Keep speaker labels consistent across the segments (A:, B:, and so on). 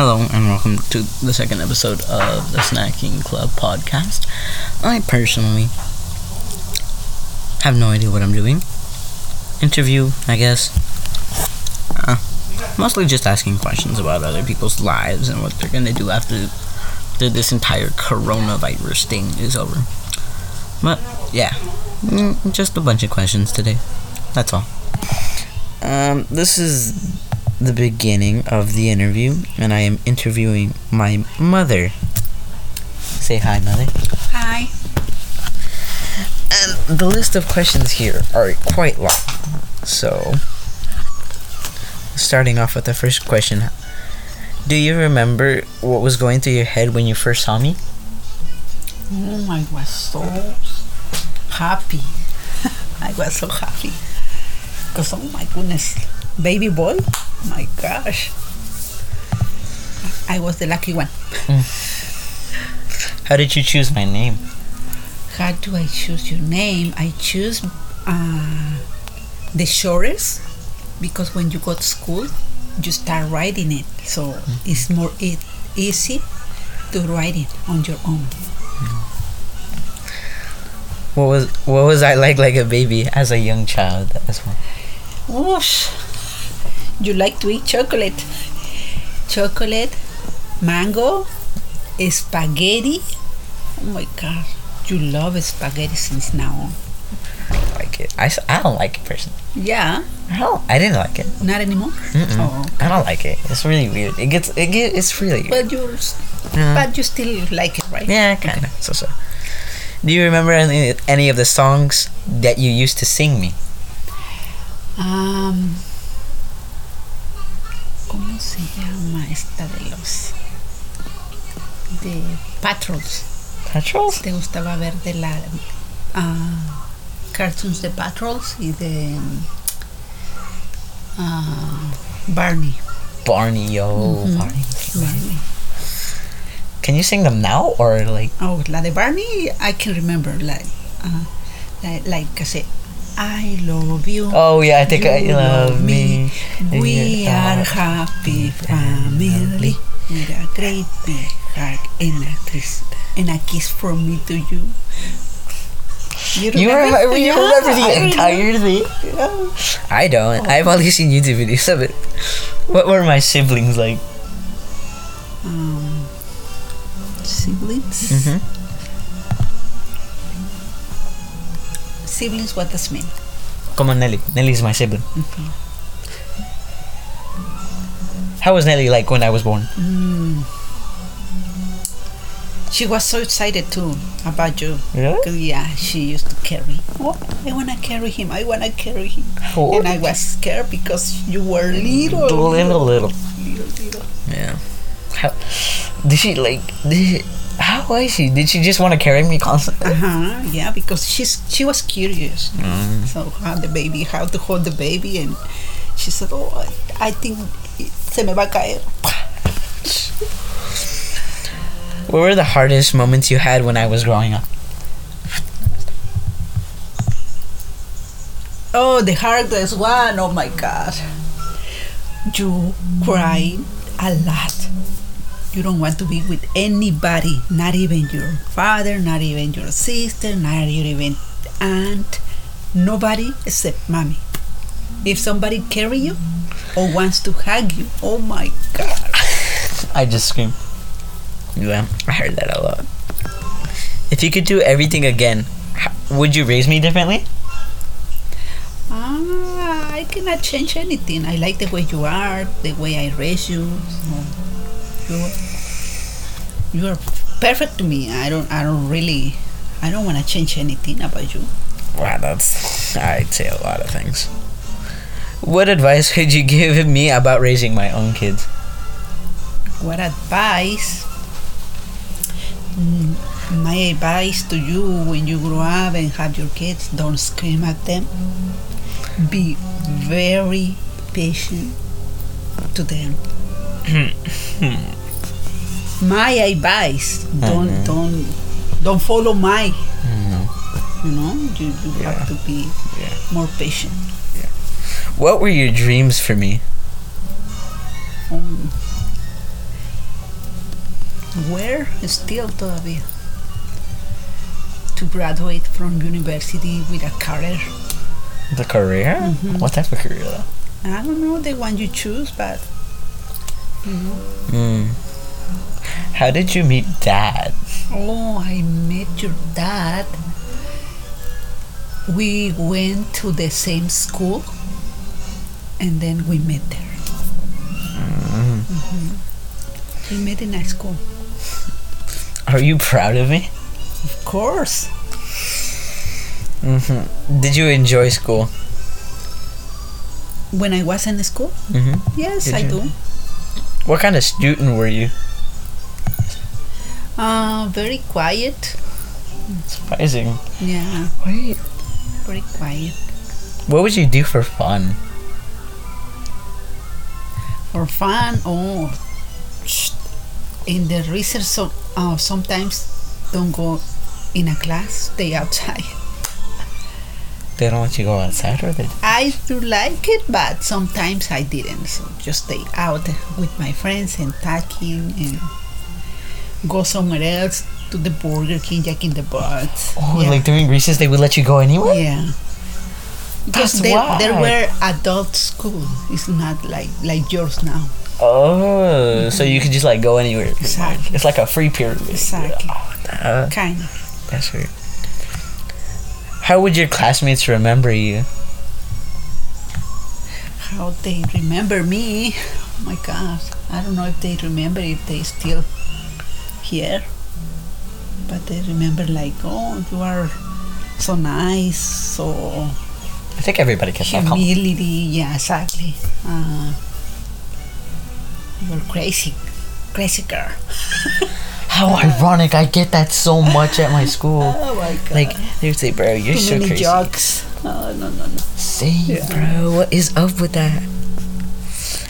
A: welcome to the second episode of the Snacking Club podcast. I personally have no idea what I'm doing. Interview, I guess. Uh, mostly just asking questions about other people's lives and what they're gonna do after after this entire coronavirus thing is over. But yeah, mm, just a bunch of questions today. That's all. Um, this is the beginning of the interview, and I am interviewing my mother. Say hi, mother.
B: Hi.
A: And the list of questions here are quite long. So, starting off with the first question Do you remember what was going through your head when you first saw me?
B: Oh, I was so happy. I was so happy. Because, oh my goodness, baby boy, my gosh. I was the lucky one.
A: How did you choose my name?
B: How do I choose your name? I choose uh, the shortest because when you go to school, you start writing it. So it's more e- easy to write it on your own.
A: What was what was I like like a baby as a young child? That's one.
B: Whoosh. You like to eat chocolate. Chocolate, mango, spaghetti. Oh my god. You love spaghetti since now on.
A: I don't like it. I, s- I don't like it personally.
B: Yeah,
A: I don't. I didn't like it.
B: not anymore. Oh.
A: I don't like it. It's really weird. It gets it get, it's really weird.
B: But you s- but you still like it, right?
A: Yeah, kind of. So so. Do you remember any, any of the songs that you used to sing me?
B: Um, ¿Cómo se llama esta de los de Patrols?
A: Patrols?
B: ¿Te gustaba ver de la ah, cartoons de Patrols y de mm, ah, Barney?
A: Barney, yo,
B: Mm-hmm.
A: Barney.
B: Barney.
A: Can you sing them now or like?
B: Oh, la de Barney, I can remember like ah, like, like I say, I love you.
A: Oh yeah, I think I
B: You
A: love me.
B: We
A: Yeah.
B: are happy family. With a great big heart and a kiss, and a kiss from me to you.
A: You remember, you
B: Yeah,
A: remember
B: I
A: the entire thing?
B: remember.
A: I don't. I've only seen YouTube videos of it. What were my siblings like?
B: Um, siblings.
A: Mhm.
B: Siblings, what does mean?
A: Come on, Nelly. Nelly's my sibling.
B: Mm-hmm.
A: How was Nelly like when I was born?
B: She was so excited too about you.
A: Really?
B: 'Cause, Yeah, she used to carry. Oh, I wanna carry him. I wanna carry him.
A: Oh.
B: And I was scared because you were little.
A: Little, little.
B: little, little.
A: Yeah. How, did she like? Did she, how was she? Did she just want to carry me constantly?
B: Uh-huh, yeah, because she's she was curious. So how the baby, how to hold the baby, and she said, "Oh, I- I think it- se me va a caer."
A: What were the hardest moments you had when I was growing up?
B: Oh, the hardest one! Oh my God, you cry a lot. You don't want to be with anybody, not even your father, not even your sister, not even aunt, nobody except mommy. If somebody carry you or wants to hug you, oh my God.
A: I just screamed. Yeah, I heard that a lot. If you could do everything again, h- would you raise me differently?
B: Ah, I cannot change anything. I like the way you are, the way I raise you. So you, you are perfect to me. I don't, I don't really, I don't want to change anything about you.
A: Wow, that's. I'd say a lot of things. What advice could you give me about raising my own kids?
B: What advice? Mm, My advice to you when you grow up and have your kids, don't scream at them. Be very patient to them.
A: Hmm.
B: my advice, don't
A: Mm-hmm.
B: don't don't follow my. You know, you, you have to be
A: Yeah.
B: more patient.
A: What were your dreams for me?
B: Um, where still todavía to graduate from university with a career.
A: The career? What type of career though?
B: I don't know the one you choose, but
A: Mm. How did you meet dad?
B: oh, I met your dad. We went to the same school, and then we met there. Mhm. We met in high school,
A: Are you proud of me?
B: of course.
A: Mm-hmm. Did you enjoy school?
B: When I was in school,
A: Mm-hmm.
B: yes,
A: Did
B: I
A: you?
B: do.
A: What kind of student were you?
B: Uh, very quiet.
A: Surprising.
B: Yeah,
A: Wait.
B: very quiet.
A: What would you do for fun?
B: for fun or in the research so, uh, sometimes don't go in a class stay outside
A: They don't let you go outside, or they?
B: i do like it but sometimes i didn't so just stay out with my friends and talking and go somewhere else to the burger king jack in the box
A: Oh,
B: yeah,
A: like during recess, they would let you go anyway.
B: yeah.
A: That's
B: Because there, there
A: why.
B: were adult school. It's not like like yours now.
A: Oh, so you could just like go anywhere. pretty much.
B: Mm-hmm. Exactly.
A: It's like a free period.
B: Exactly.
A: Oh, nah,
B: Kind of.
A: that's weird. How would your classmates remember you?
B: how they remember me. Oh my God, I don't know if they remember if they still here, but they remember like, oh, you are so nice, so
A: I think everybody gets that compliment.
B: humility. Yeah, exactly. Uh, you are crazy, crazy girl.
A: How ironic! I get that so much at my school.
B: Oh my God.
A: Like they would say, "Bro, you're
B: too
A: so
B: many
A: crazy."
B: jokes. Oh no no no.
A: Same,
B: Yeah.
A: bro. What is up with that?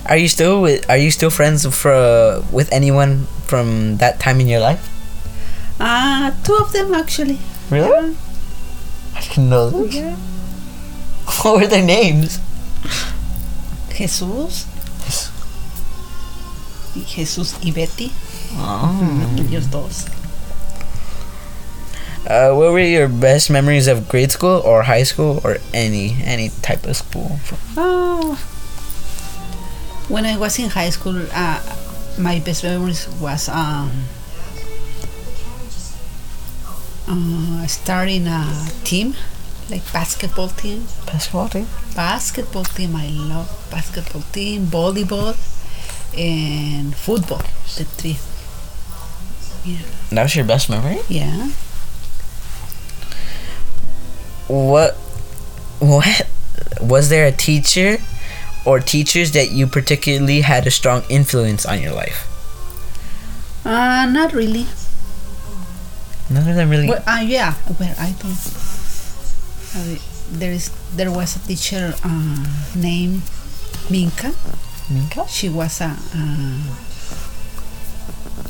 A: Are you still with, Are you still friends for uh, with anyone from that time in your life?
B: Ah, two of them actually.
A: Really? I didn't know. This.
B: Yeah.
A: What were their names?
B: Jesus. Jesús y Betty,
A: Oh.
B: ellos dos.
A: Uh, what were your best memories of grade school or high school or any any type of school?
B: Oh. When I was in high school, uh, my best memories was um, uh, starting a team, like basketball team.
A: Basketball team.
B: Basketball team, I love basketball team, volleyball, and football. The three,
A: That was your best memory.
B: yeah.
A: What? What? Was there a teacher or teachers that you particularly had a strong influence on your life?
B: Uh, not really.
A: None of them really.
B: Well, uh, yeah. Well, I don't. Uh, there is there was a teacher uh, named Minka.
A: Minka?
B: she was a uh,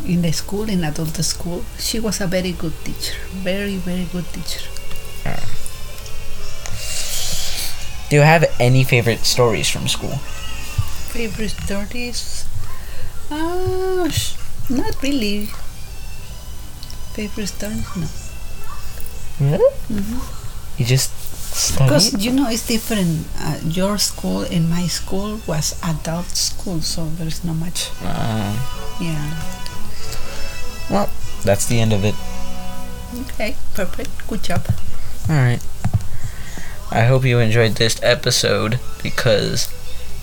B: in the school in adult school she was a very good teacher very very good teacher
A: Do you have any favorite stories from school?
B: favorite stories uh, sh- not really favorite stories no
A: Really? You just
B: because
A: studied?
B: you know it's different uh, your school and my school was adult school so there's not much
A: Uh,
B: yeah
A: well, that's the end of it.
B: okay perfect good job
A: Alright. I hope you enjoyed this episode because,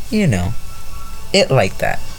A: you know, it like that.